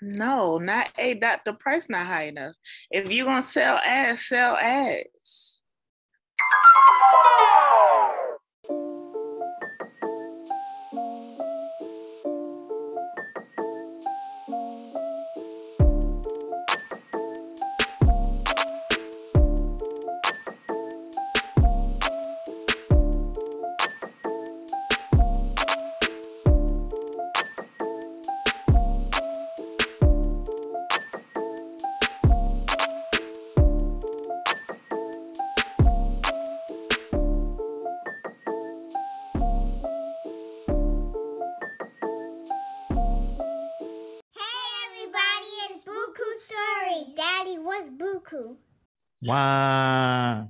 No, not a dot. The price not high enough. If you gonna sell ass, sell ass. everybody, it's Buku Sorry. Daddy, what's Buku? Wow.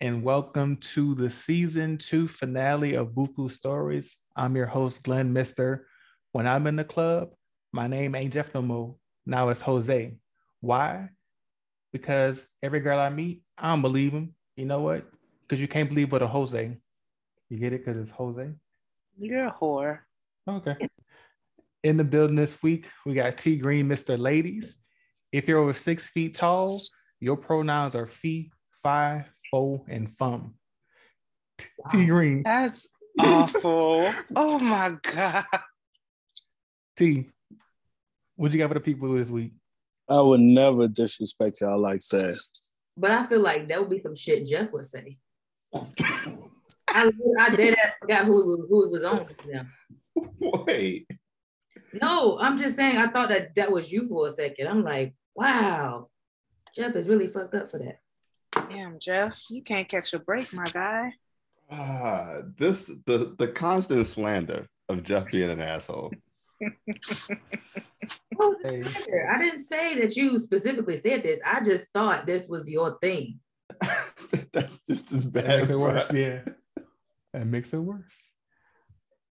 And welcome to the season two finale of Buku Stories. I'm your host, Glenn Mister. When I'm in the club, my name ain't Jeff no more. Now it's Jose. Why? Because every girl I meet, I don't believe him. You know what? Because you can't believe what a Jose. You get it? Because it's Jose. You're a whore. Okay. In the building this week, we got T Green, Mr. Ladies. If you're over six feet tall, your pronouns are fee, fi, fo, and fum. T Green, That's awful. Oh my god. T, what you got for the people this week? I would never disrespect y'all like that. But I feel like that would be some shit Jeff would say. I, I dead ass forgot who it was, who it was on. now. Wait. No, I'm just saying I thought that that was you for a second. I'm like, wow, Jeff is really fucked up for that. Damn, Jeff, you can't catch a break, my guy. Ah, this the the constant slander of Jeff being an asshole. Who was Hey. there? I didn't say that you specifically said this. I just thought this was your thing. That's just as That bad. makes it bruh. worse. Yeah. That makes it worse.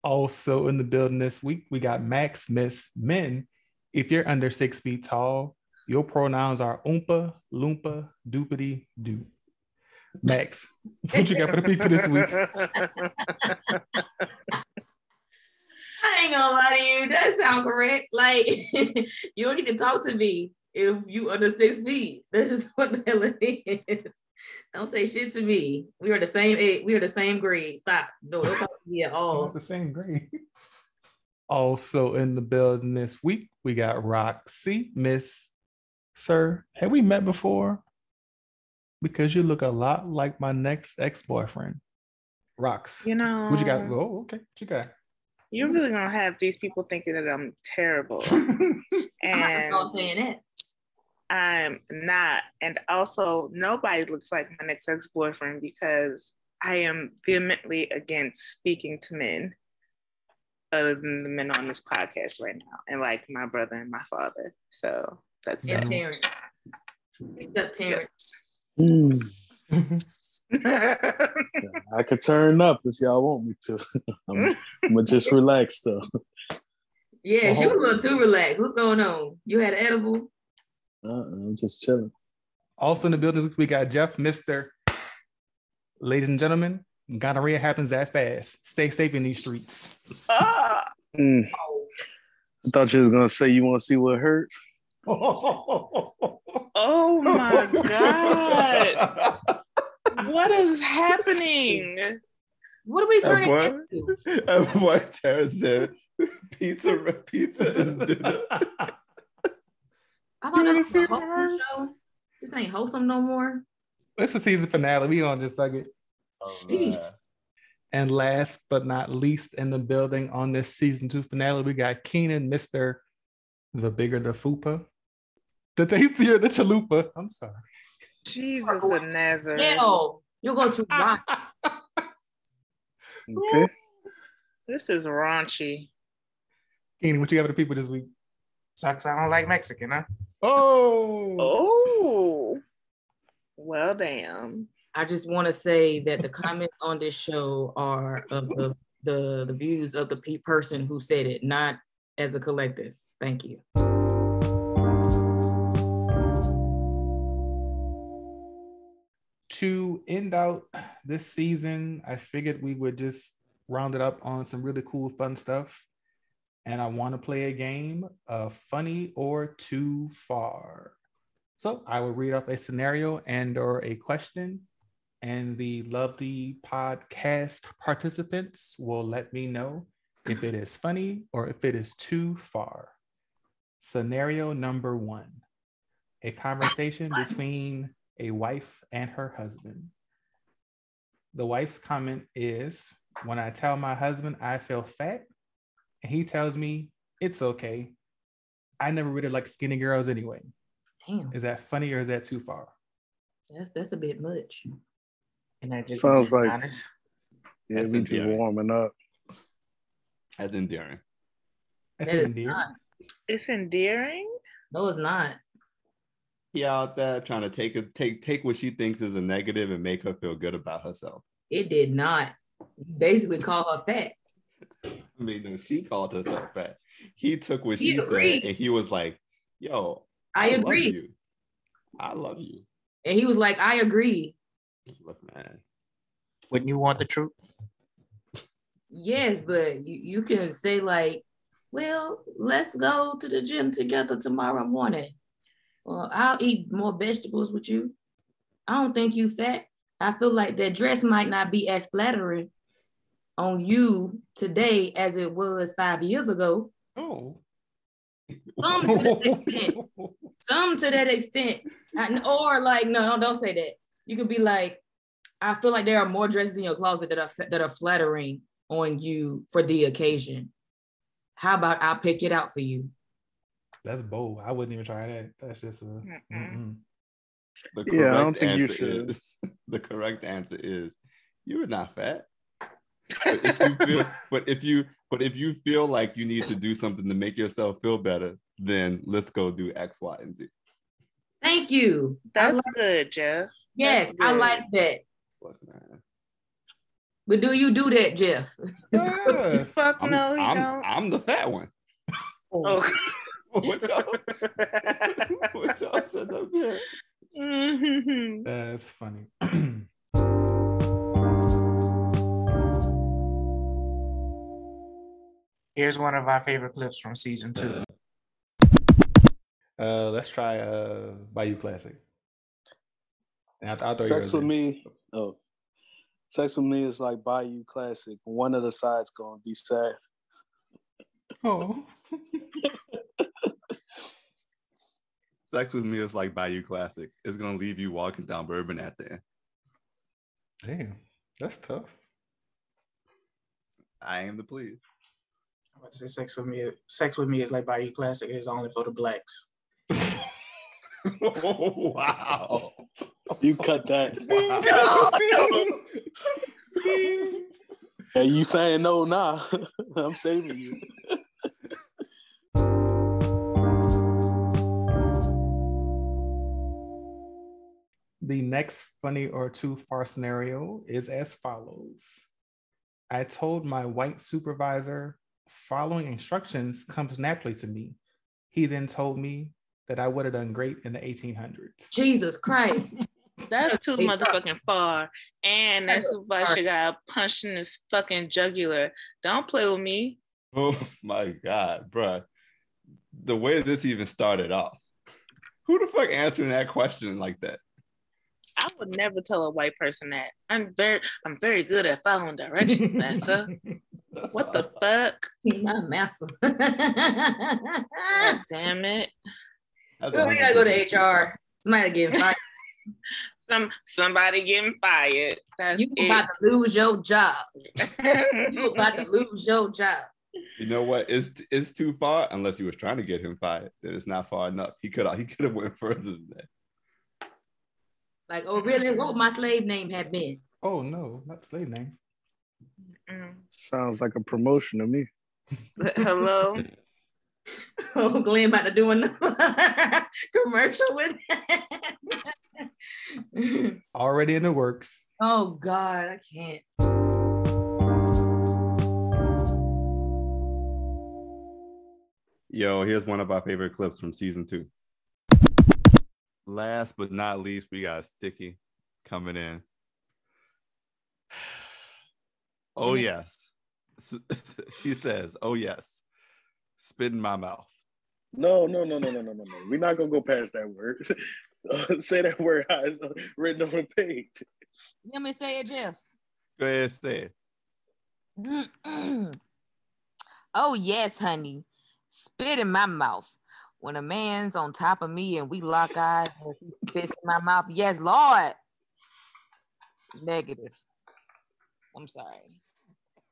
Also in the building this week, we got Max, Miss, Men. If you're under six feet tall, your pronouns are oompa, loompa, doopity, doo. Max, what you got for the people this week? I ain't gonna lie to you. That sound correct. Like you don't even talk to me if you under six feet. That's just what the hell it is. Don't say shit to me. We are the same age. We are the same grade. Stop. No, don't talk to me at We're all. at the same grade. Oh. Also in the building this week, we got Roxy, Miss Sir. Have we met before? Because you look a lot like my next ex-boyfriend. Rox. You know What you got? Oh, okay. What you got? You're really gonna have these people thinking that I'm terrible. I'm not gonna and stop saying that. I'm not. And also, nobody looks like my next ex boyfriend because I am vehemently against speaking to men other than the men on this podcast right now, and like my brother and my father. So that's Yeah. Yeah, No. Terrence. Except Terrence. Mm. it. I could turn up if y'all want me to. I'm, I'm gonna just relax though. Yeah, Well, you a hold- little too relaxed. What's going on? You had an edible? Uh-uh, I'm just chilling. Also in the building this week, we got Jeff, Mr. Ladies and gentlemen, gonorrhea happens that fast. Stay safe in these streets. oh, Mm. I thought you was gonna say you want to see what hurts. oh my God. What is happening? What are we That turning boy, into? that boy Tara said, pizza, pizza is dinner. I You thought wanna this see was a wholesome Terrence? show. This ain't wholesome no more. it's the season finale. We on just like it. Oh, Alright. And last but not least in the building on this season two finale, we got Keenan, Mr. The Bigger the Fupa. The tastier the chalupa. I'm sorry. Jesus of Nazareth. Hell, you go too wild. Uh, Okay. This is raunchy. Keenan, what you got for the people this week? Sucks I don't like Mexican, huh? Oh, Oh, well, damn. I just want to say that the comments on this show are of the, the, the views of the pe- person who said it, not as a collective. Thank you. to end out this season, I figured we would just round it up on some really cool, fun stuff. and I want to play a game of funny or too far. So I will read off a scenario and or a question, and the lovely podcast participants will let me know if it is funny or if it is too far. Scenario number one: a conversation between a wife and her husband. The wife's comment is, "When I tell my husband I feel fat, and he tells me it's okay. I never really liked skinny girls anyway. Damn, Is that funny or is that too far? that's that's a bit much. And that just Sounds sounds like- like honest. Yeah, That's we a just theory. warming up. That's endearing. That's That is endearing. not. It's endearing. No, it's not. He out there trying to take a, take take what she thinks is a negative and make her feel good about herself. It did not. You basically call her fat. I mean, no, she called herself fat. He took what He she agreed. said and he was like, "Yo, I, love agree. you. I love you. And he was like, I agree. Look, man. Wouldn't you want the truth? Yes, but you, you can say like, well, let's go to the gym together tomorrow morning. Well, I'll eat more vegetables with you. I don't think you fat. I feel like that dress might not be as flattering on you today as it was five years ago. Oh. Some to that extent. Some to that extent. I- or like, no, no, don't say that. You could be like, I feel like there are more dresses in your closet that are that are flattering on you for the occasion. How about I pick it out for you? That's bold. I wouldn't even try that. That's just a. mm-mm. The Yeah, I don't correct think you answer should. Is, the correct answer is you are not fat. But if you feel, but if you but if you feel like you need to do something to make yourself feel better, then let's go do X, Y, and Z. Thank you. I That's like, good, Jeff. yes, that's I good. like that. Look, man. But do you do that, Jeff? Yeah. Fuck uh, I'm, no, he I'm, don't. I'm the fat one. Oh. What y'all, what y'all said up here? Mhm. That's funny. Here's one of our favorite clips from season two. uh, let's try uh, Bayou Classic. And I'll, I'll throw Sex yours with in. me. Oh, sex with me is like Bayou Classic. One of the sides gonna be sad. Oh. Sex with me is like Bayou Classic. It's gonna leave you walking down bourbon at the end. Damn. That's tough. I aim to please. I'm about to say sex with me. Sex with me is like Bayou Classic. It's only for the blacks. wow. You cut that. Wow. Hey, you saying no now? I'm saving you. The next funny or too far scenario is as follows I told my white supervisor following instructions comes naturally to me. He then told me that I would have done great in the 1800s. Jesus Christ. That's too Hey, fuck. motherfucking far. And that That's supervisor got punched in his fucking jugular. Don't play with me. Oh my god, bruh. The way this even started off. Who the fuck answering that question like that? I would never tell a white person that. I'm very I'm very good at following directions, master. What the fuck? My master. oh, God we damn it. That's gotta go to HR. Somebody getting fired. Some somebody getting fired. That's You it. about to lose your job. You about to lose your job. You know what? It's it's too far unless you was trying to get him fired. Then it's not far enough. He could he could have went further than that. Like, oh really? What would my slave name have been? Oh no, not the slave name. Mm. Sounds like a promotion to me. Hello. Oh, Glenn about to do another commercial with it. Already in the works. oh God, I can't. Yo, here's one of our favorite clips from season two. Last but not least, we got Sticky coming in. Oh, yes. she says, Oh, yes. spit in my mouth. No, no, no, no, no, no, no, no. We're not gonna go past that word. Say that word how it's written on the page. Let me say it, Jeff. Go ahead, say it. oh yes, honey. Spit in my mouth. When a man's on top of me and we lock eyes and he spits in my mouth. Yes, Lord. Negative. I'm sorry.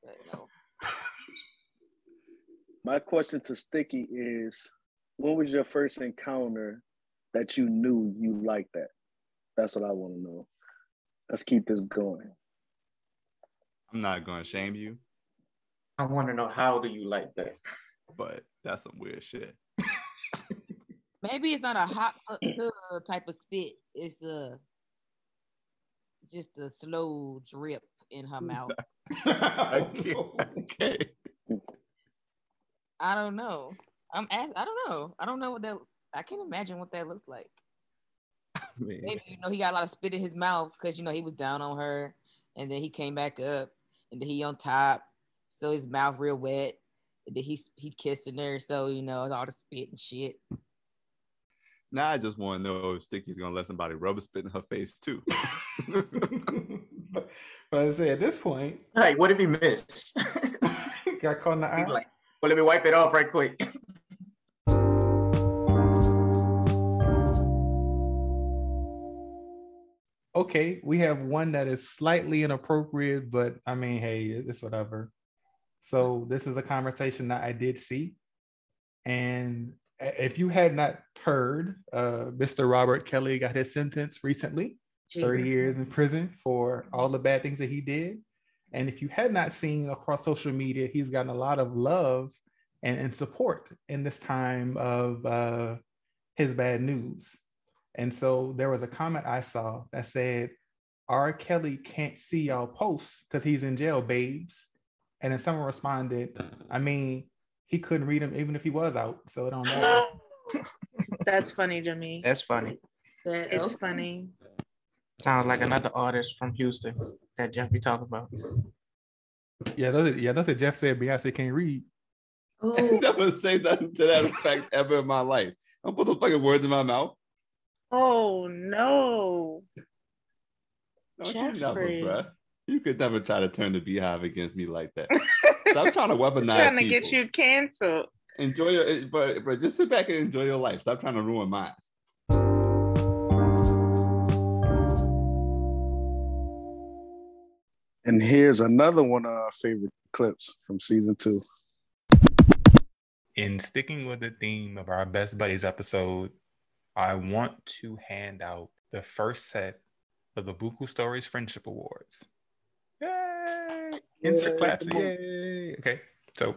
But no. My question to Sticky is when was your first encounter that you knew you liked that? That's what I want to know. Let's keep this going. I'm not gonna shame you, I want to know how do you like that? but that's some weird shit. Maybe it's not a hot up tub type of spit. It's a just a slow drip in her mouth. okay. okay. I don't know. I'm ask, I don't know. I don't know what that I can't imagine what that looks like. I mean, Maybe you know he got a lot of spit in his mouth because you know he was down on her, and then he came back up, and then he on top, so his mouth real wet, and then he he kissing her, so you know it's all the spit and shit. Now I just want to know if Sticky's gonna let somebody rubber spit in her face too. but I say at this point, Like, what if he missed? got caught in the He's eye. like, well, let me wipe it off right quick. Okay, we have one that is slightly inappropriate, but I mean, hey, it's whatever. So this is a conversation that I did see, and i- if you had not heard, uh, Mr. Robert Kelly got his sentence recently. 30 years in prison for all the bad things that he did. And if you had not seen across social media, he's gotten a lot of love and, and support in this time of uh, his bad news. And so there was a comment I saw that said, R. Kelly can't see y'all posts because he's in jail, babes. And then someone responded, I mean, he couldn't read them even if he was out, so it don't matter. That's funny to me. That's funny. That, It's okay. funny. Sounds like another artist from Houston that Jeff be talking about. yeah, that's, yeah, that's what Jeff said. Beyonce can't read. Oh, I never say nothing to that effect ever in my life. Don't put those fucking words in my mouth. Oh no. Don't you never, Jeffrey. bruh. You could never try to turn the beehive against me like that. Stop trying to weaponize trying to people. get you canceled. Enjoy your, but, but just sit back and enjoy your life. Stop trying to ruin mine. And here's another one of our favorite clips from season two. In sticking with the theme of our Best Buddies episode, I want to hand out the first set of the Buku Stories Friendship Awards. Yay! Insert claps. Yay! Okay, so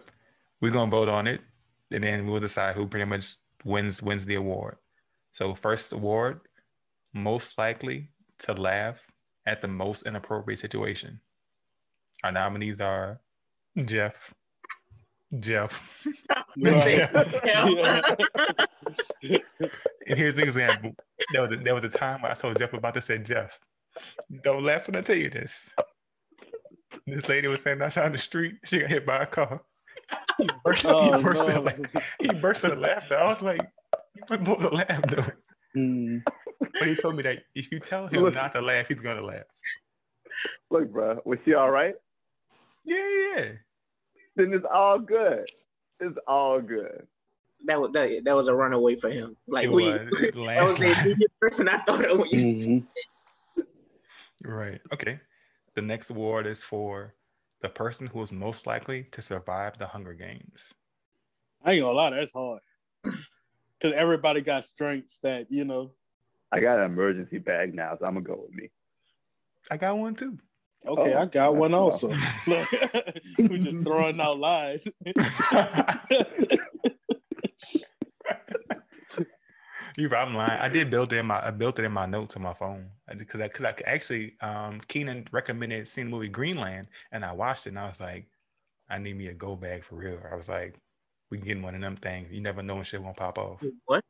we're gonna vote on it, and then we'll decide who pretty much wins wins the award. So first award, most likely to laugh at the most inappropriate situation. Our nominees are Jeff, Jeff. And here's an example. There was a, there was a time where I told Jeff about this. Said Jeff, don't laugh when I tell you this. This lady was standing outside the street. She got hit by a car. He burst, Oh, he burst, no. out, like, he burst out laughter. I was like, you wasn't supposed to laugh though. Mm-hmm. Hmm. But he told me that if you tell him Look. not to laugh, he's gonna laugh. Look, bro, was she all right? Yeah, yeah. yeah. Then it's all good. It's all good. That was that, that was a runaway for him. Like it we, was Mm. it that was the landslide. immediate person I thought of when you said Mm-hmm. Mhm. Right. Okay. The next award is for the person who is most likely to survive the Hunger Games. I ain't gonna lie, that's hard. Cause everybody got strengths that you know. I got an emergency bag now, so I'm gonna go with me. I got one too. Okay, Oh, I got one that's also. Look, we just throwing out lies. You right, I'm lying. I did build it in my I built it in my notes on my phone because I because I could actually um Keenan recommended seeing the movie Greenland and I watched it and I was like, I need me a go bag for real. I was like, we can get one of them things. You never know when shit won't pop off. what?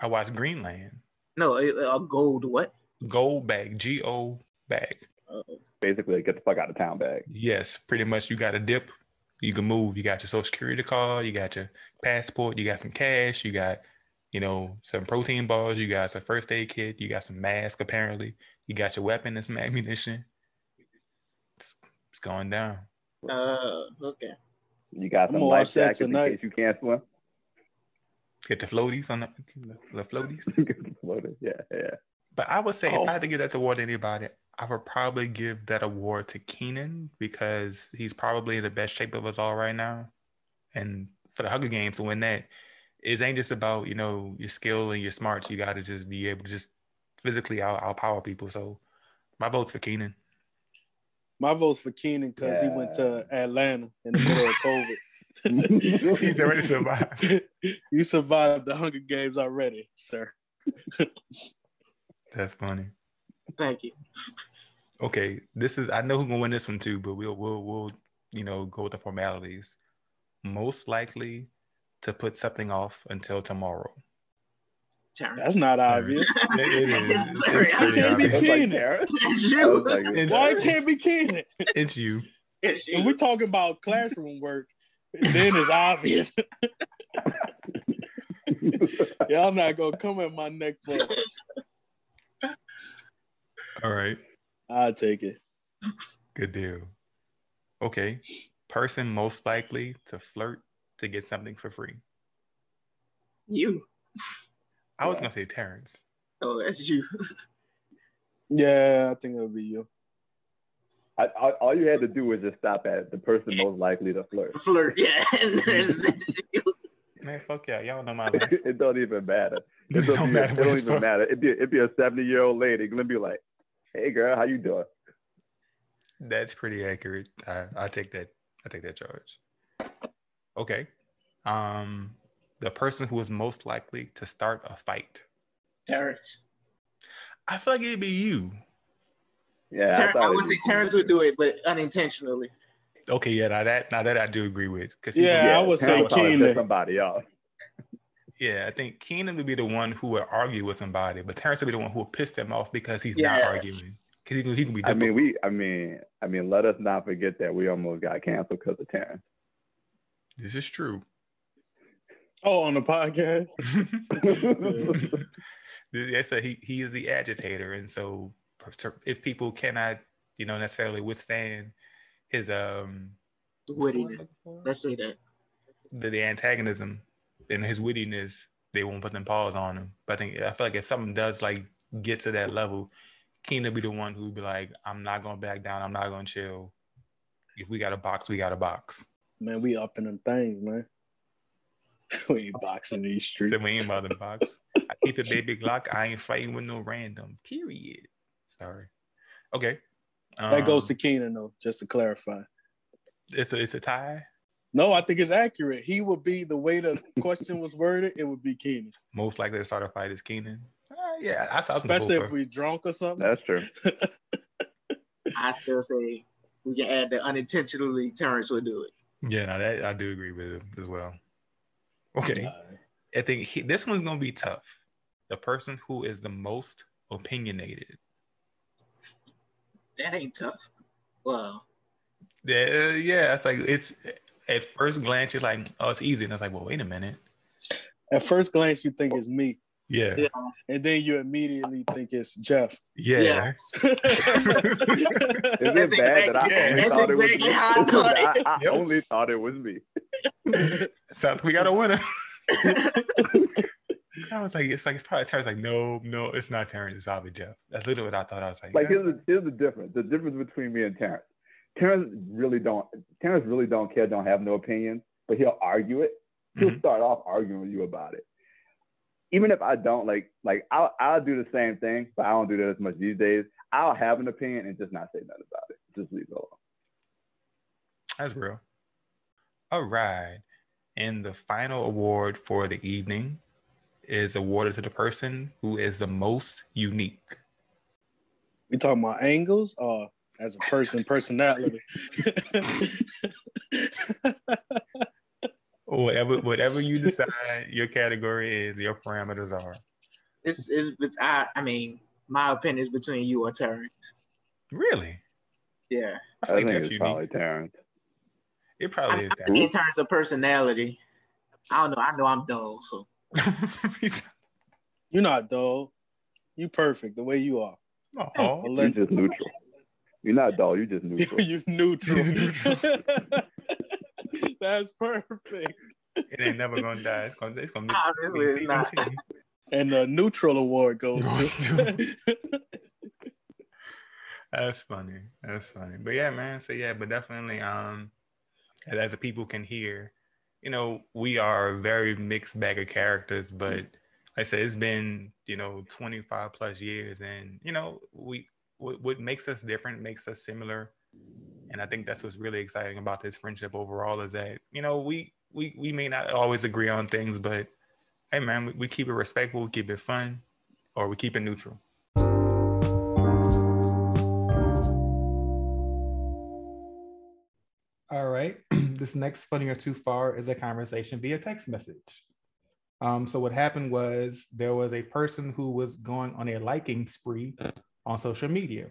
I watched Greenland No, a, a gold what? gold bag G O bag. Basically, get the fuck out of town bag. Yes, pretty much. You got a dip, you can move. You got your social security card, you got your passport, you got some cash, you got, you know, some protein bars, you got some first aid kit, you got some mask apparently, you got your weapon and some ammunition. It's, it's going down. Uh, okay. You got I'm some gonna life watch that jackets in tonight. case you can't swim. Get the floaties on the, the floaties. yeah, yeah. But I would say if Oh. I had to give that award to anybody, I would probably give that award to Keenan because he's probably in the best shape of us all right now. And for the Hunger Games to win that, it ain't just about, you know, your skill and your smarts. You gotta just be able to just physically out outpower people. So my vote's for Keenan. My vote's for Keenan because he went to Atlanta in the middle of COVID. He's already survived. you survived the Hunger Games already, sir. That's funny. Thank you. Okay, this is I know who's gonna win this one too, but we'll we'll we'll you know go with the formalities. Most likely to put something off until tomorrow. Terrence. That's not obvious. It- it is. I It's swear, I pretty can't obvious. be It's like Keenan. Karen. That's I you. was like, yeah. Why it can't be Keenan? It's you. It's If you. we're talking about classroom work, then it's obvious. yeah, I'm not gonna come at my neck for. it. All right. I'll take it. Good deal. Okay. Person most likely to flirt to get something for free. You. I was gonna say Terrence. Oh, that's you. Yeah, I think it'll be you. I, I, all you had to do was just stop at the person most likely to flirt. Flirt. Yeah. And that's, that's you. Man, fuck yeah. Y'all know my life. it don't even matter. It It don't, don't be- matter it what don't it's even for. matter. It'd be, it'd be a 70 year old lady. Gonna be like, hey girl, how you doing? That's pretty accurate. I, I take that. I take that charge. Okay. Um, the person who is most likely to start a fight. Terrence. I feel like it'd be you. Yeah. Terrence. thought I it'd would be say cool. Terrence would do it, but unintentionally. Okay, yeah, now that now that I do agree with. Cause he- Yeah, I would Karen say was trying to Keenan. piss somebody off. yeah, I think Keenan would be the one who would argue with somebody, but Terrence would be the one who would piss them off because he's not Yeah. arguing. Because he can, he can be I difficult. mean, we. I mean, I mean, let us not forget that we almost got canceled because of Terrence. this is true. Oh, on the podcast. they said he, he is the agitator, and so if people cannot, you know, necessarily withstand his um Wittiness. Let's say that. the, the antagonism and his wittiness, they won't put them paws on him. But I think I feel like if something does like get to that level, Keenan will be the one who'd be like, "I'm not gonna back down. I'm not gonna chill. If we got a box, we got a box. Man, we upping them things, man. we ain't boxing these streets. So we ain't about the box. I keep the baby Glock. I ain't fighting with no random. Period. Sorry. Okay. That goes Um, to Keenan though, just to clarify. it's a it's a tie. No, I think it's accurate. He would be the way the question was worded. It would be Keenan, Most likely to start a fight is Keenan. Uh, yeah, I, I, I was gonna especially vote if for- we drunk or something. That's true. I still say we can add that unintentionally Terrence would do it. Yeah, no, that I do agree with him as well. Okay, Nah. I think he, this one's gonna be tough. The person who is the most opinionated. That ain't tough. Well, Yeah, yeah, it's like it's at first glance you're like, oh, it's easy, and it's like, well, wait a minute. At first glance, you think it's me, Yeah, yeah. and then you immediately think it's Jeff. yeah. Yes. Is it That's bad that exactly- I only that's thought it was exactly me? how I thought I, it. I Yep. only thought it was me. Sounds like we got a winner. I was like, it's like it's probably Terrence. Like, no, no, it's not Terrence. It's probably Jeff. That's literally what I thought. I was like, Like yeah. here's the, here's the difference. The difference between me and Terrence. Terrence really don't. Terrence really don't care. Don't have no opinion, but he'll argue it. He'll Mm-hmm. Mhm. start off arguing with you about it. Even if I don't like, like I'll I'll do the same thing, but I don't do that as much these days. I'll have an opinion and just not say nothing about it. Just leave it alone. That's real. All right. And the final award for the evening is awarded to the person who is the most unique. We talking about angles or as a person, personality? Whatever, whatever you decide your category is, your parameters are. It's, it's, it's I, I mean, my opinion is between you or Terrence. Really? Yeah. I think I think Jeff's it's unique. probably Terrence. It probably is. in terms of personality. I don't know. I know I'm dull, so You're not dull. You perfect the way you are. No, You're just neutral. You're not dull. You're just neutral. You're neutral. That's perfect. It ain't never gonna die. It's gonna, it's gonna mix. Obviously it's not. continue. And the neutral award goes to That's funny. That's funny. But yeah, man. So yeah, but definitely, um, as, as the people can hear, you know, we are a very mixed bag of characters. But like I said, it's been you know 25 plus years, and you know, we what, what makes us different makes us similar. And I think that's what's really exciting about this friendship overall is that you know we we we may not always agree on things, but hey, man, we, we keep it respectful, we keep it fun, or we keep it neutral. All right. this next funny or too far is a conversation via text message. Um, so what happened was there was a person who was going on a liking spree on social media.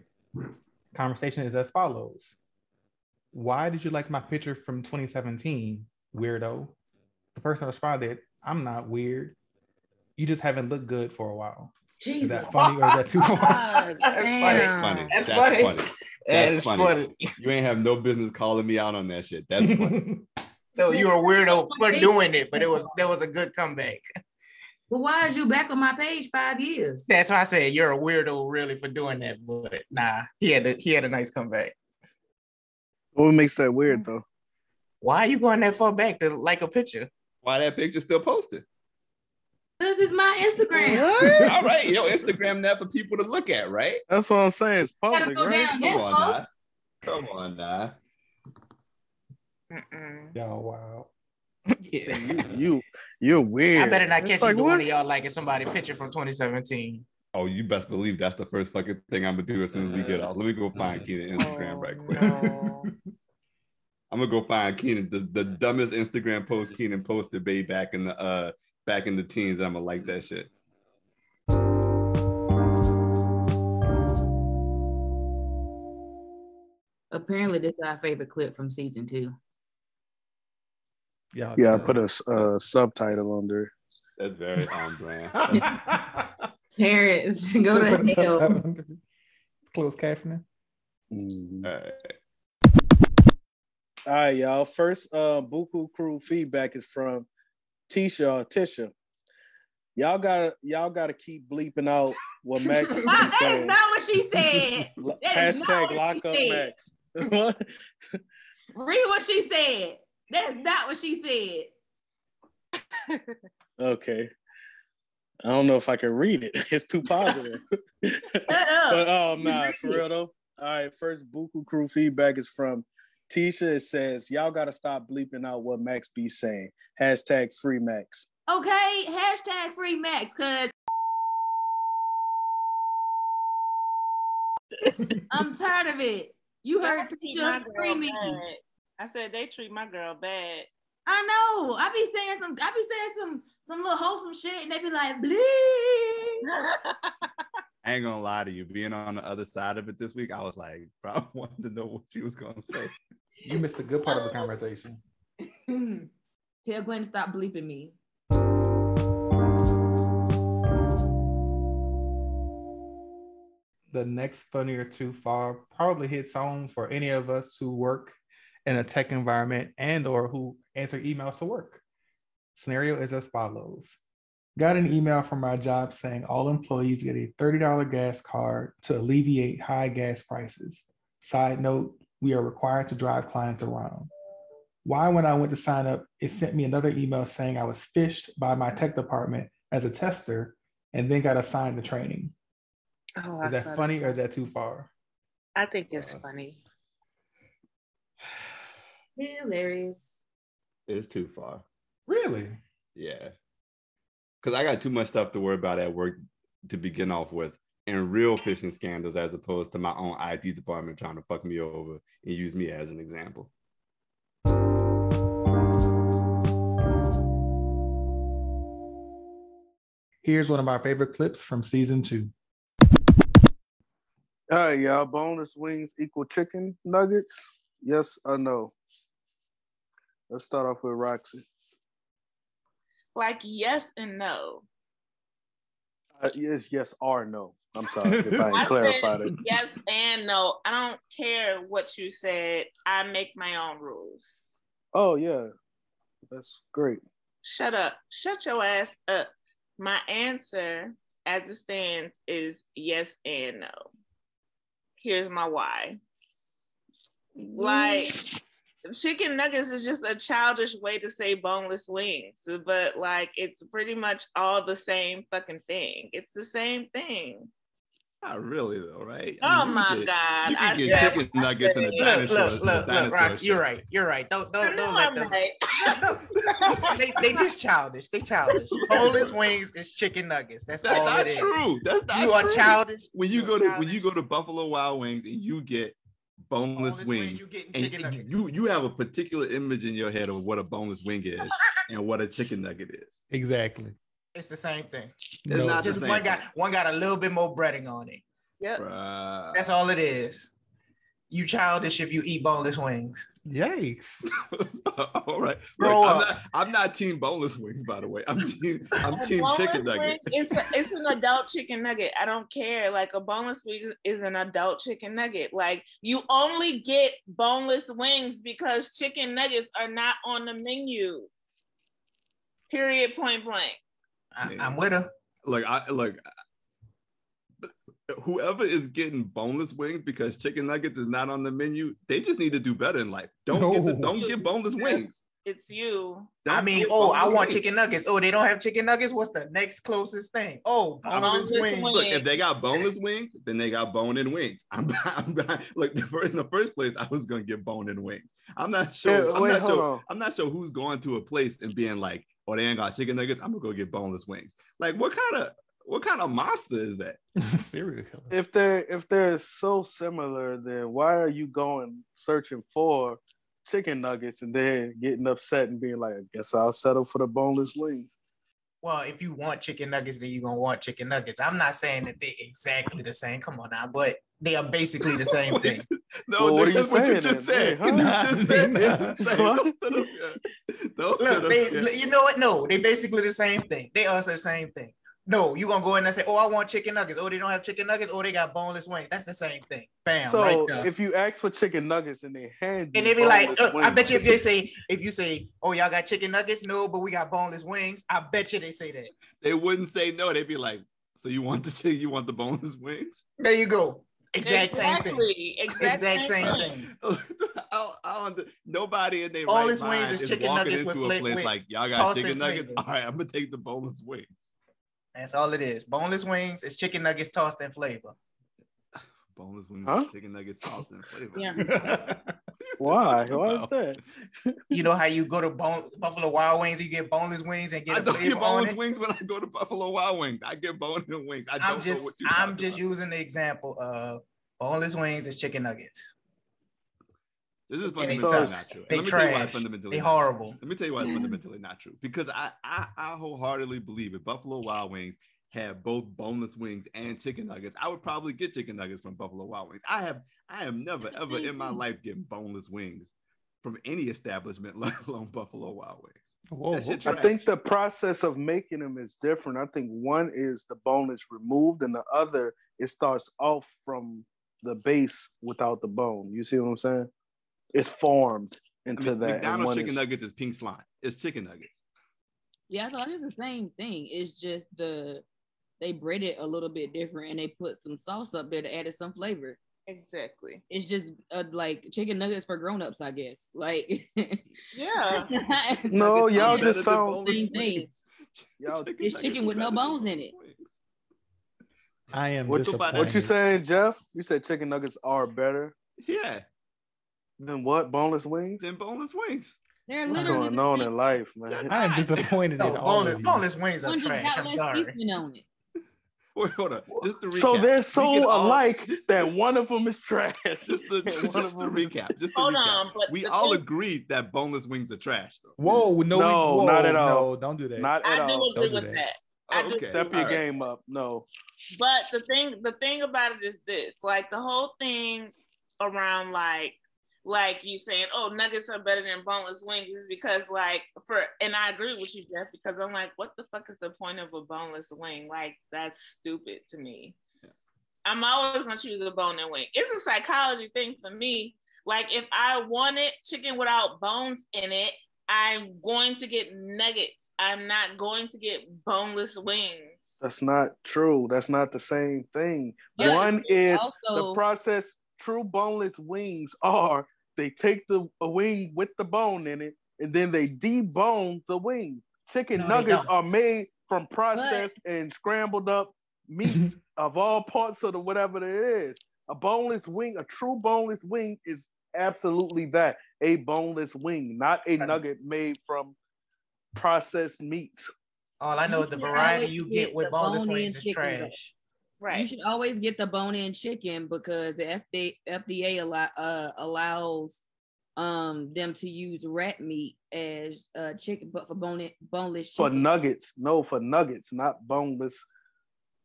Conversation is as follows. Why did you like my picture from 2017, weirdo? The person responded, I'm not weird. You just haven't looked good for a while. Is Jesus. that funny or is that too far? Ah, that's Damn. funny. Funny. That's That's, funny. funny. That That's is funny. funny. You ain't have no business calling me out on that shit. That's funny. No, you're a weirdo for doing it. But it was that was a good comeback. But why is you back on my page five years? That's why I said you're a weirdo really for doing that. But nah, he had a, he had a nice comeback. What makes that weird though? Why are you going that far back to like a picture? Why that picture still posted? This is my Instagram. All right, yo, Instagram that for people to look at, right? That's what I'm saying. It's Gotta public, go right? down. Come Yeah, on, folks. now. Come on, now. Mm-mm. Yo, wow. Yeah. You, you, you're weird. I better not It's catch like, you doing what? it, y'all liking somebody picture from 2017. Oh, you best believe that's the first fucking thing I'm gonna do as soon as we get off. Let me go find Keenan Instagram Oh, right quick. no. I'm gonna go find Keenan the, the dumbest Instagram post Keenan posted way back in the uh back in the teens. I'm gonna like that shit. Apparently, this is our favorite clip from season two. Yeah, Yeah, I put a s- uh, subtitle under. it. That's very on brand. That's- a Terrence, go to hell. Close captioning. Mhm. all right. All right, y'all. First, uh, Buku Crew feedback is from Tisha or Tisha. Y'all gotta, y'all gotta keep bleeping out what Max is Why- That is saying. not what she said. Lo- that is not Hashtag what lock she up said. Max. What? Read what she said. That's not what she said. okay. I don't know if I can read it. It's too positive. Shut But up. um, nah, for real though. All right, first Buku crew feedback is from Tisha. It says, "Y'all gotta stop bleeping out what Max be saying." Hashtag free Max. Okay. Hashtag free Max, cause I'm tired of it. You heard They treat my teacher girl free me. bad. I said they treat my girl bad. I know. I be saying some. I be saying some some little wholesome shit, and they be like, "Bleed." Oh, I ain't gonna lie to you. Being on the other side of it this week, I was like, bro, I wanted to know what she was gonna say. You missed a good part of the conversation. Tell Glenn to stop bleeping me. The next funny or too far probably hits home for any of us who work in a tech environment and or who answer emails to work. Scenario is as follows. Got an email from my job saying all employees get a $30 gas card to alleviate high gas prices. Side note, we are required to drive clients around. Why, when I went to sign up, it sent me another email saying I was fished by my tech department as a tester and then got assigned to training. Oh, I Is saw that funny this or one. is that too far? I think it's Uh, funny. Hilarious. It's too far. Really? Yeah. Cause I got too much stuff to worry about at work to begin off with and real phishing scandals as opposed to my own IT department trying to fuck me over and use me as an example. Here's one of my favorite clips from season two. All right, y'all. Boneless wings equal chicken nuggets? Yes or no? Let's start off with Roxy. Like yes and no. Uh, yes, yes or no. I'm sorry if I I didn't clarify said that. Yes and no. I don't care what you said. I make my own rules. Oh yeah, that's great. Shut up. Shut your ass up. My answer as it stands is yes and no. Here's my why. Like chicken nuggets is just a childish way to say boneless wings, but like it's pretty much all the same fucking thing. It's the same thing. Not really though, right? Oh you my get- God, You I can get just- chicken nuggets in a Look, dinosaur. look, in a look, look, dinosaur Ross, you're shell. right. You're right. Don't, I don't, know don't let I'm them. right. They, they just childish. They childish. Boneless wings is chicken nuggets. That's That's all not it is. true. That's not You are true. childish. When you go to when you go to Buffalo Wild Wings and you get boneless, wings, and you, you you have a particular image in your head of what a boneless wing is and what a chicken nugget is. Exactly. It's the same thing. It's No. not the Just same one got one got a little bit more breading on it. Yep. That's all it is. You childish if you eat boneless wings. Yikes. all right. Grow Look, I'm up. not I'm not team boneless wings, by the way. I'm team I'm A team boneless chicken wing nugget. It's, a- it's an adult chicken nugget. I don't care. Like a boneless wing is an adult chicken nugget. Like you only get boneless wings because chicken nuggets are not on the menu. Period. Point blank. I, am with her. Look, I look. Whoever is getting boneless wings because chicken nuggets is not on the menu, they just need to do better in life. Don't get the, don't get boneless wings. It's you. I Don't mean, get oh, I boneless want wings. chicken nuggets. Oh, they don't have chicken nuggets. What's the next closest thing? Oh, I'm- boneless wings. Look, if they got boneless wings, then they got bone in wings. I'm, I'm look the first, in the first place. I was gonna get bone in wings. I'm not sure. Yeah, I'm wait, not hold sure. on. I'm not sure who's going to a place and being like, "Oh, they ain't got chicken nuggets. I'm gonna go get boneless wings." Like, what kind of what kind of monster is that? Serious. If they're if they're so similar, then why are you going searching for chicken nuggets and then getting upset and being like, I guess I'll settle for the boneless wing. Well, if you want chicken nuggets, then you're gonna want chicken nuggets. I'm not saying that they're exactly the same. Come on now, but they are basically the same Wait, thing. No, Well, what are that's you what you saying just then? said. Wait, huh? You just said Nah, that's the same. nah. Don't sit up here. Don't sit Look, up they, here. you know what? No, they basically the same thing. They are the same thing. No, you gonna go in and say, "Oh, I want chicken nuggets." Oh, they don't have chicken nuggets. Oh, they got boneless wings. That's the same thing. Bam, so right there. if you ask for chicken nuggets and they hand you and they be like, boneless "Uh, "I wings, bet you if they say, if you say, oh, y'all got chicken nuggets, no, but we got boneless wings." I bet you they say that. They wouldn't say no. They'd be like, "So you want the chicken? You want the boneless wings?" There you go. Exact same thing. Exactly. Exact, Exact same, same thing. thing. I, I don't, nobody in their right Boneless mind wings is, is chicken walking nuggets into with a fla- place with like y'all got tossed chicken in nuggets. flavor. All right, I'm gonna take the boneless wings. That's all it is. Boneless wings is chicken nuggets tossed in flavor. Boneless wings, Huh? and chicken nuggets, tossed in flavor. Why? Why is that? You know how you go to bone, Buffalo Wild Wings, you get boneless wings and get I a don't flavor get on boneless it. wings when I go to Buffalo Wild Wings. I get boneless wings. I don't I'm know just what you I'm just using the example of boneless wings is chicken nuggets. This is And they fundamentally suck. not true. And They Let me tell you why trash. it's fundamentally They not true. horrible. Let me tell you why it's fundamentally not true. Because I, I I wholeheartedly believe if Buffalo Wild Wings had both boneless wings and chicken nuggets, I would probably get chicken nuggets from Buffalo Wild Wings. I have I am never ever in my life getting boneless wings from any establishment, let alone Buffalo Wild Wings. Whoa, That shit I trash. think the process of making them is different. I think one is the bone is removed, and the other it starts off from the base without the bone. You see what I'm saying? It's formed I into mean, that. and McDonald's one chicken is, nuggets is pink slime. It's chicken nuggets. Yeah, I thought it's the same thing. It's just the they bread it a little bit different and they put some sauce up there to add it some flavor. Exactly. It's just uh, like chicken nuggets for grown-ups, I guess. Like Yeah. no, Nuggets y'all are just better than sound boneless Same thing. wings. y'all. it's chicken with no bones in it. I am What you, disappointed. what you saying, Jeff? You said chicken nuggets are better Yeah. than what? Boneless wings? Then boneless wings. They're What's literally going on in life, man? I am disappointed No, in all boneless of you. boneless wings are one just trash. got I'm less sorry. seasoning on it. Wait, hold on. Just to recap. So they're We so can all- alike that one of them is trash. just to, And one just of to them is- recap, just to Hold recap. on, but we the all thing- agreed that boneless wings are trash, though. Whoa, no, No, whoa, not at all. No, don't do that. Not at I do all. agree Don't do with that. that. I do Oh, okay. agree Step with that. your game up. No. But the thing, the thing about it is this: like the whole thing around like like you saying, oh, nuggets are better than boneless wings is because like for and I agree with you, Jeff, because I'm like, what the fuck is the point of a boneless wing? Like that's stupid to me. I'm always gonna choose a bone and wing. It's a psychology thing for me. Like if I wanted chicken without bones in it, I'm going to get nuggets. I'm not going to get boneless wings. That's not true. That's not the same thing. But One is the also- process. True boneless wings are they take the a wing with the bone in it, and then they debone the wing. Chicken No, they nuggets don't. are made from processed and scrambled up meats of all parts of the whatever it is. A boneless wing, a true boneless wing is absolutely that. A boneless wing, not a nugget made from processed meats. All I know is the should variety always you get with the boneless bone-in wings is chicken, though. trash. You should always get the bone-in chicken because the FDA, FDA allow, uh, allows um, them to use rat meat as uh, chicken, but for bone boneless For chicken. nuggets, no, for nuggets, not boneless.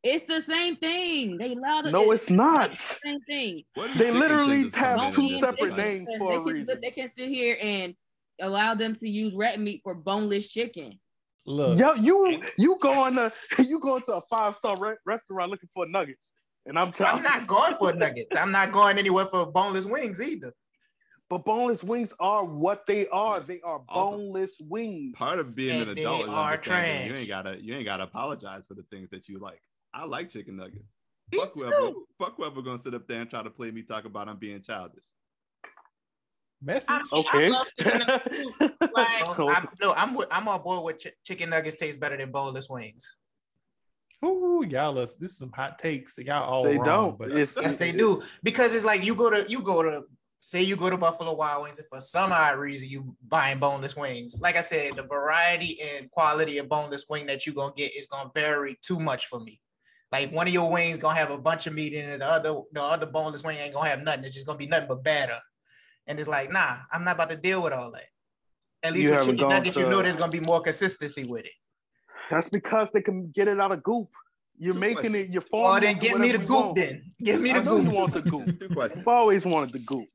It's the same thing. They allow the, No, it's not. the same thing. They literally have Bone-in two chicken, separate names because for they a can, reason. They can sit here and allow them to use rat meat for boneless chicken. Look, Yeah, you you going to you going to a five star re- restaurant looking for nuggets, and I'm I'm telling not going for nuggets. I'm not going anywhere for boneless wings either. But boneless wings are what they are. They are Also- boneless wings. Part of being And an they adult is are understanding you trash. ain't gotta you ain't gotta apologize for the things that you like. I like chicken nuggets. Fuck whoever, fuck whoever gonna sit up there and try to play me talk about I'm being childish. message. Okay. Like Oh, I'm, no, I'm with, I'm on board with ch- chicken nuggets taste better than boneless wings. Ooh, y'all, is, this is some hot takes. Y'all all They wrong, don't. But It's- Yes, they do because it's like you go to you go to say you go to Buffalo Wild Wings and for some odd reason you buying boneless wings. Like I said, the variety and quality of boneless wing that you gonna get is gonna vary too much for me. Like one of your wings gonna have a bunch of meat in it, the other the other boneless wing ain't gonna have nothing. It's just gonna be nothing but batter. And it's like, nah, I'm not about to deal with all that. At least You with haven't chicken gone nuggets, you to- know there's gonna be more consistency with it. That's because they can get it out of goop. You're making it. You're forming. Or then it to get me whatever the you goop want. then. Give me the I know you goop. want the goop. Two questions. I've always wanted the goop.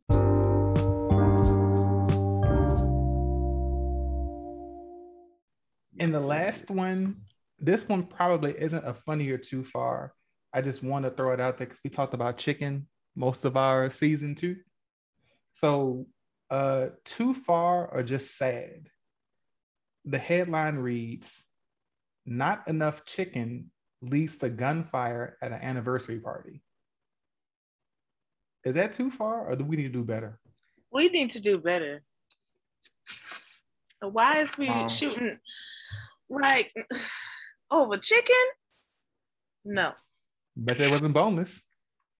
And the last one, this one probably isn't a funny or too far. I just want to throw it out there because we talked about chicken most of our season two. So, uh, too far or just sad. The headline reads, "Not enough chicken leads to gunfire at an anniversary party." Is that too far, or do we need to do better? We need to do better. Why is we Wow. shooting like over chicken? No. Bet that wasn't boneless.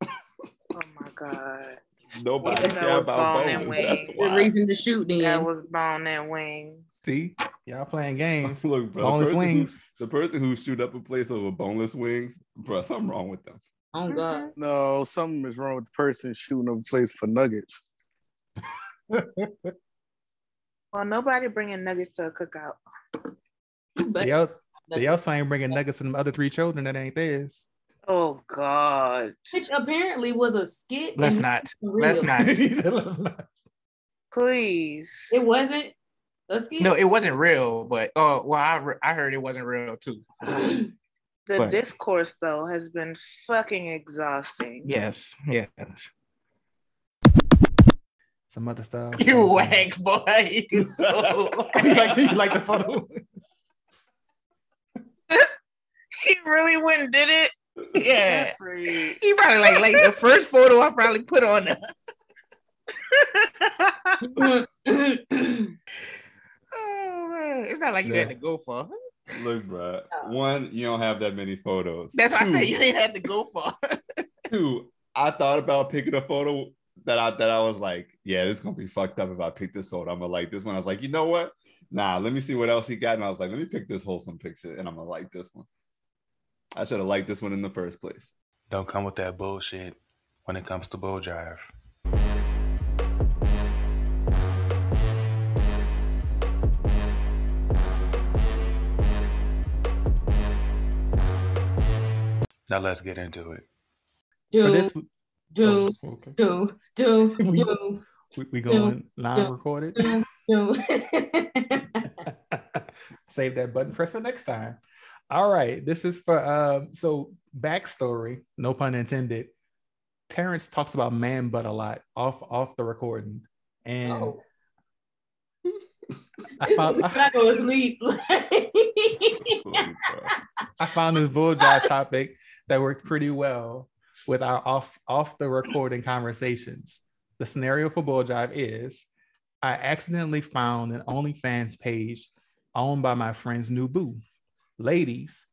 Oh my god. Nobody That care was about bone and bones. That's wings. The why. reason to shoot then. That was bone and wings. See, y'all playing games. Look, bro, Boneless the person wings. Who, the person who shoot up a place over boneless wings, bro, something wrong with them. oh God. No, something is wrong with the person shooting up a place for nuggets. Well, nobody bringing nuggets to a cookout. But They out, they also ain't bringing nuggets to them other three children that ain't theirs. Oh God. which apparently was a skit. Let's and not. real. Let's not. He said, "Let's not." Please. It wasn't a skit. No, it wasn't real, but oh well, I, re- I heard it wasn't real too. The But- discourse though has been fucking exhausting. Yes, yes. Some other stuff. You whack boy. You so you like you like the photo. He really went and did it. yeah. Jeffrey. He probably like like the first photo I probably put on there. Oh man, it's not like you had to go for. Look, bro. One, you don't have that many photos. Oh. That's why I Two- said you ain't had to go for. two, I thought about picking a photo that I that I was like, yeah, this is gonna be fucked up if I pick this photo. I'm gonna like this one. I was like, you know what? Nah, let me see what else he got. And I was like, let me pick this wholesome picture, and I'm gonna like this one. I should have liked this one in the first place. Don't come with that bullshit when it comes to bull jive. Now let's get into it. For do, this, do, oh, okay. do, do, We- do. We, we going non-recorded. Save that button. Press it next time. All right. This is for um. So backstory. No pun intended. Terrence talks about man butt a lot off off the recording, and Oh. I found I, not gonna sleep. I found this bull jive topic that worked pretty well with our off off the recording conversations. The scenario for bull jive is I accidentally found an OnlyFans page owned by my friend's new boo. Ladies,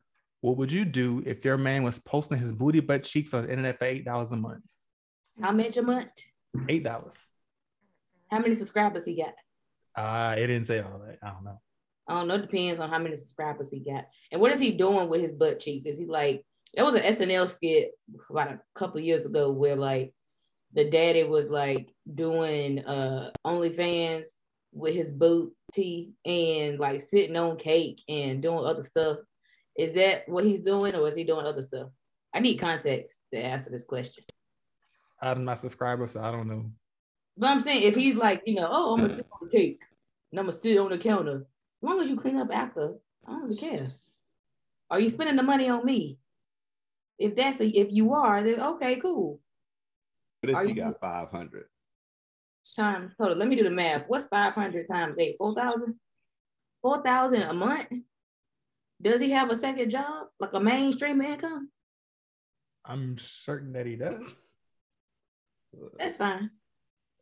what would you do if your man was posting his booty butt cheeks on the internet for eight dollars a month? How much a month? Eight dollars. How many subscribers he got? Uh, it didn't say all that. I don't know. I don't know. It depends on how many subscribers he got. And what is he doing with his butt cheeks? Is he like, there was an SNL skit about a couple years ago where like the daddy was like doing uh OnlyFans with his booty and like sitting on cake and doing other stuff. Is that what he's doing or is he doing other stuff? I need context to answer this question. I'm not subscriber, so I don't know. But I'm saying if he's like, you know, oh, I'm gonna sit on the cake and I'm gonna sit on the counter. As long as you clean up after, I don't really care. Are you spending the money on me? If that's a, if you are, then okay, cool. But if Are you you- got 500, Time hold on, let me do the math. What's 500 times eight? 4,000? 4,000 a month? Does he have a second job, like a mainstream income? I'm certain that he does. That's fine.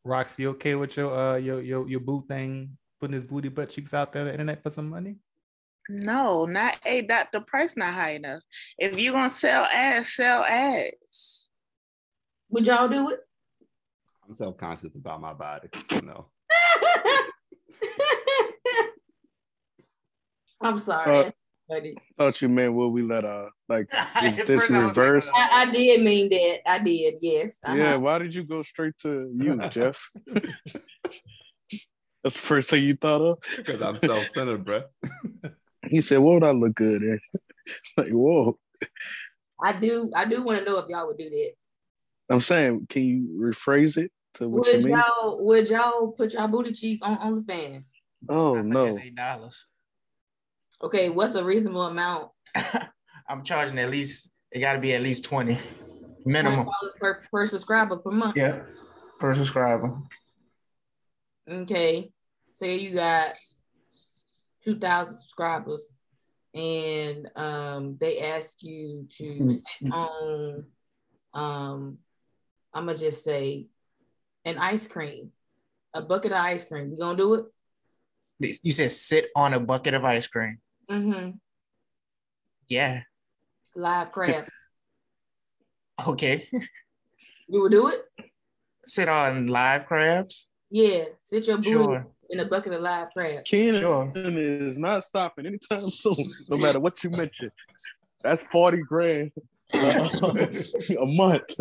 Rox, you okay with your uh your your your boo thing putting his booty butt cheeks out there on the internet for some money? No, not a that the price not high enough. If you gonna sell ass, sell ass. Would y'all do it? I'm self conscious about my body. You know, I'm sorry. Uh, buddy. Thought you meant will we let uh like is At this first I was like, reverse? "Oh, I, I did mean that. I did, yes. Uh-huh. Yeah, why did you go straight to you, Jeff? That's the first thing you thought of. because I'm self centered, bruh. He said, "What would I look good in?" like, whoa! I do. I do want to know if y'all would do that. I'm saying, can you rephrase it to what Would you mean? y'all would y'all put y'all booty cheeks on OnlyFans? Oh no! Eight dollars. Okay, what's a reasonable amount? I'm charging at least. It got to be at least twenty minimum. $20 per, per subscriber per month. Yeah, per subscriber. Okay. Say you got two thousand subscribers and um they ask you Mm-hmm. to sit on um I'ma just say an ice cream, a bucket of ice cream. You gonna do it? You said sit on a bucket of ice cream. Mm-hmm. Yeah. Live crab. Okay. you will do it? Sit on live crabs. Yeah. Sit your booty Sure. in a bucket of live crab. Kenan is not stopping anytime soon, no matter what you mention. That's 40 grand uh, a month.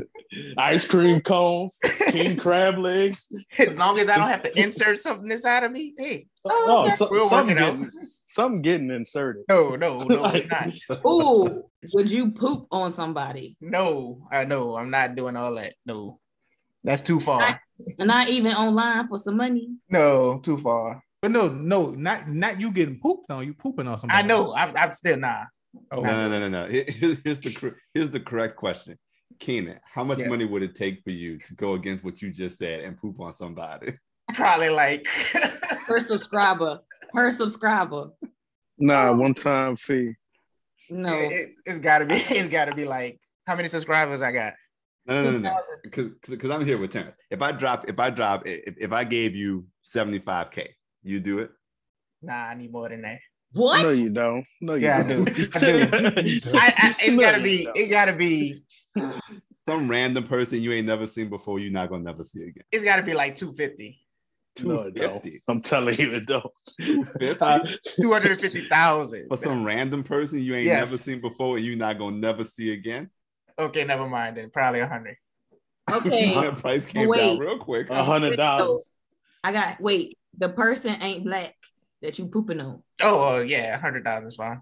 Ice cream cones, king crab legs. As long as I don't have to insert something inside of me, hey. Oh, so, we'll work something, it out. getting, something getting inserted. No, no, no, it's not. Ooh, would you poop on somebody? No, I know. I'm not doing all that. No, that's too far. Not even online for some money. No, too far. But no, no, not not you getting pooped on, you pooping on somebody. I know. I'm, I'm still nah. Oh. No, no, no, no, no. Here- Here's, here's the cor- here's the correct question, Keenan. How much Yeah. money would it take for you to go against what you just said and poop on somebody? Probably like Per subscriber. Per subscriber. Nah, one time fee. No. Eh, It, has gotta be. It's gotta be like how many subscribers I eh, got. No, no, no, no, no. Because because I'm here with Terrence. If I drop, if I drop, if, if I gave you 75k, you do it. Nah, I need more than that. What? No, you don't. No, you Yeah, I don't. do. I do. I, I, it's gotta be. It gotta be. Some random person you ain't never seen before, you not gonna never see again. It's gotta be like two fifty. No, it don't. I'm telling you, it don't. Two hundred fifty thousand. For some random person you ain't Yes. never seen before, and you not gonna never see again. Okay, never mind then. Probably a hundred. Okay. that price came down Wait. real quick. I got wait, the person ain't black that you pooping on. Oh, oh yeah, a hundred dollars is fine.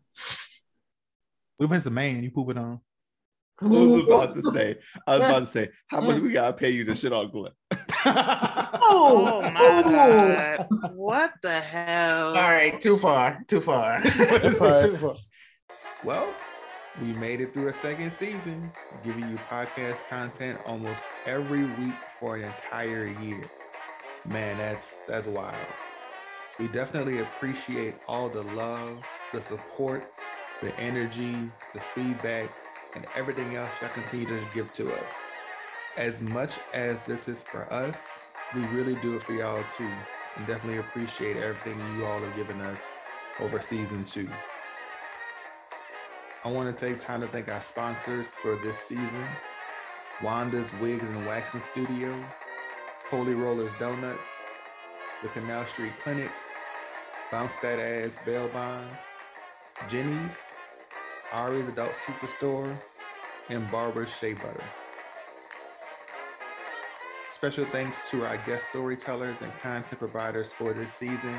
What if it's a man you pooping on? I was about to say, I was about to say, how much we gotta pay you to shit on Glenn? oh my god! What the hell? All right, too far, too far. Well, we made it through a second season, giving you podcast content almost every week for an entire year. Man, that's that's wild. We definitely appreciate all the love, the support, the energy, the feedback, and everything else y'all continue to give to us. As much as this is for us, we really do it for y'all too, and definitely appreciate everything you all have given us over season two. I want to take time to thank our sponsors for this season Wanda's Wigs and Waxing Studio, Holy Rollers Donuts, the Canal Street Clinic, Bounce That Ass Bell Bonds, Jenny's, Ari's Adult Superstore, and Barbara's Shea Butter. Special thanks to our guest storytellers and content providers for this season.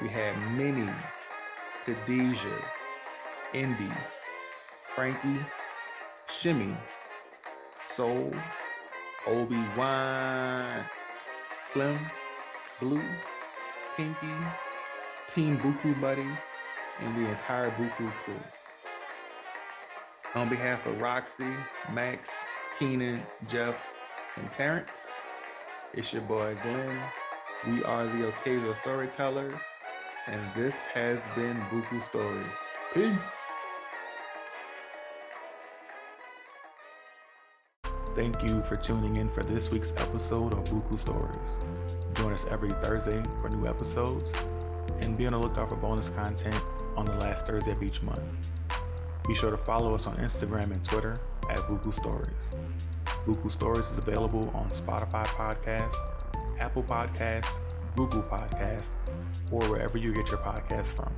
We had Minnie, Khadijah, Indy, Frankie, Shimmy, Soul, Obi Wan, Slim, Blue, Pinky, Team Buku Buddy, and the entire Buku crew. On behalf of Roxy, Max, Keenan, Jeff, and Terrence, it's your boy Glenn. We are the Occasional Storytellers, and this has been Buku Stories. Peace. Thank you for tuning in for this week's episode of Buku Stories. Join us every Thursday for new episodes and be on the lookout for bonus content on the last Thursday of each month. Be sure to follow us on Instagram and Twitter at Buku Stories. Buku Stories is available on Spotify Podcast, Apple Podcasts, Google Podcasts, or wherever you get your podcasts from.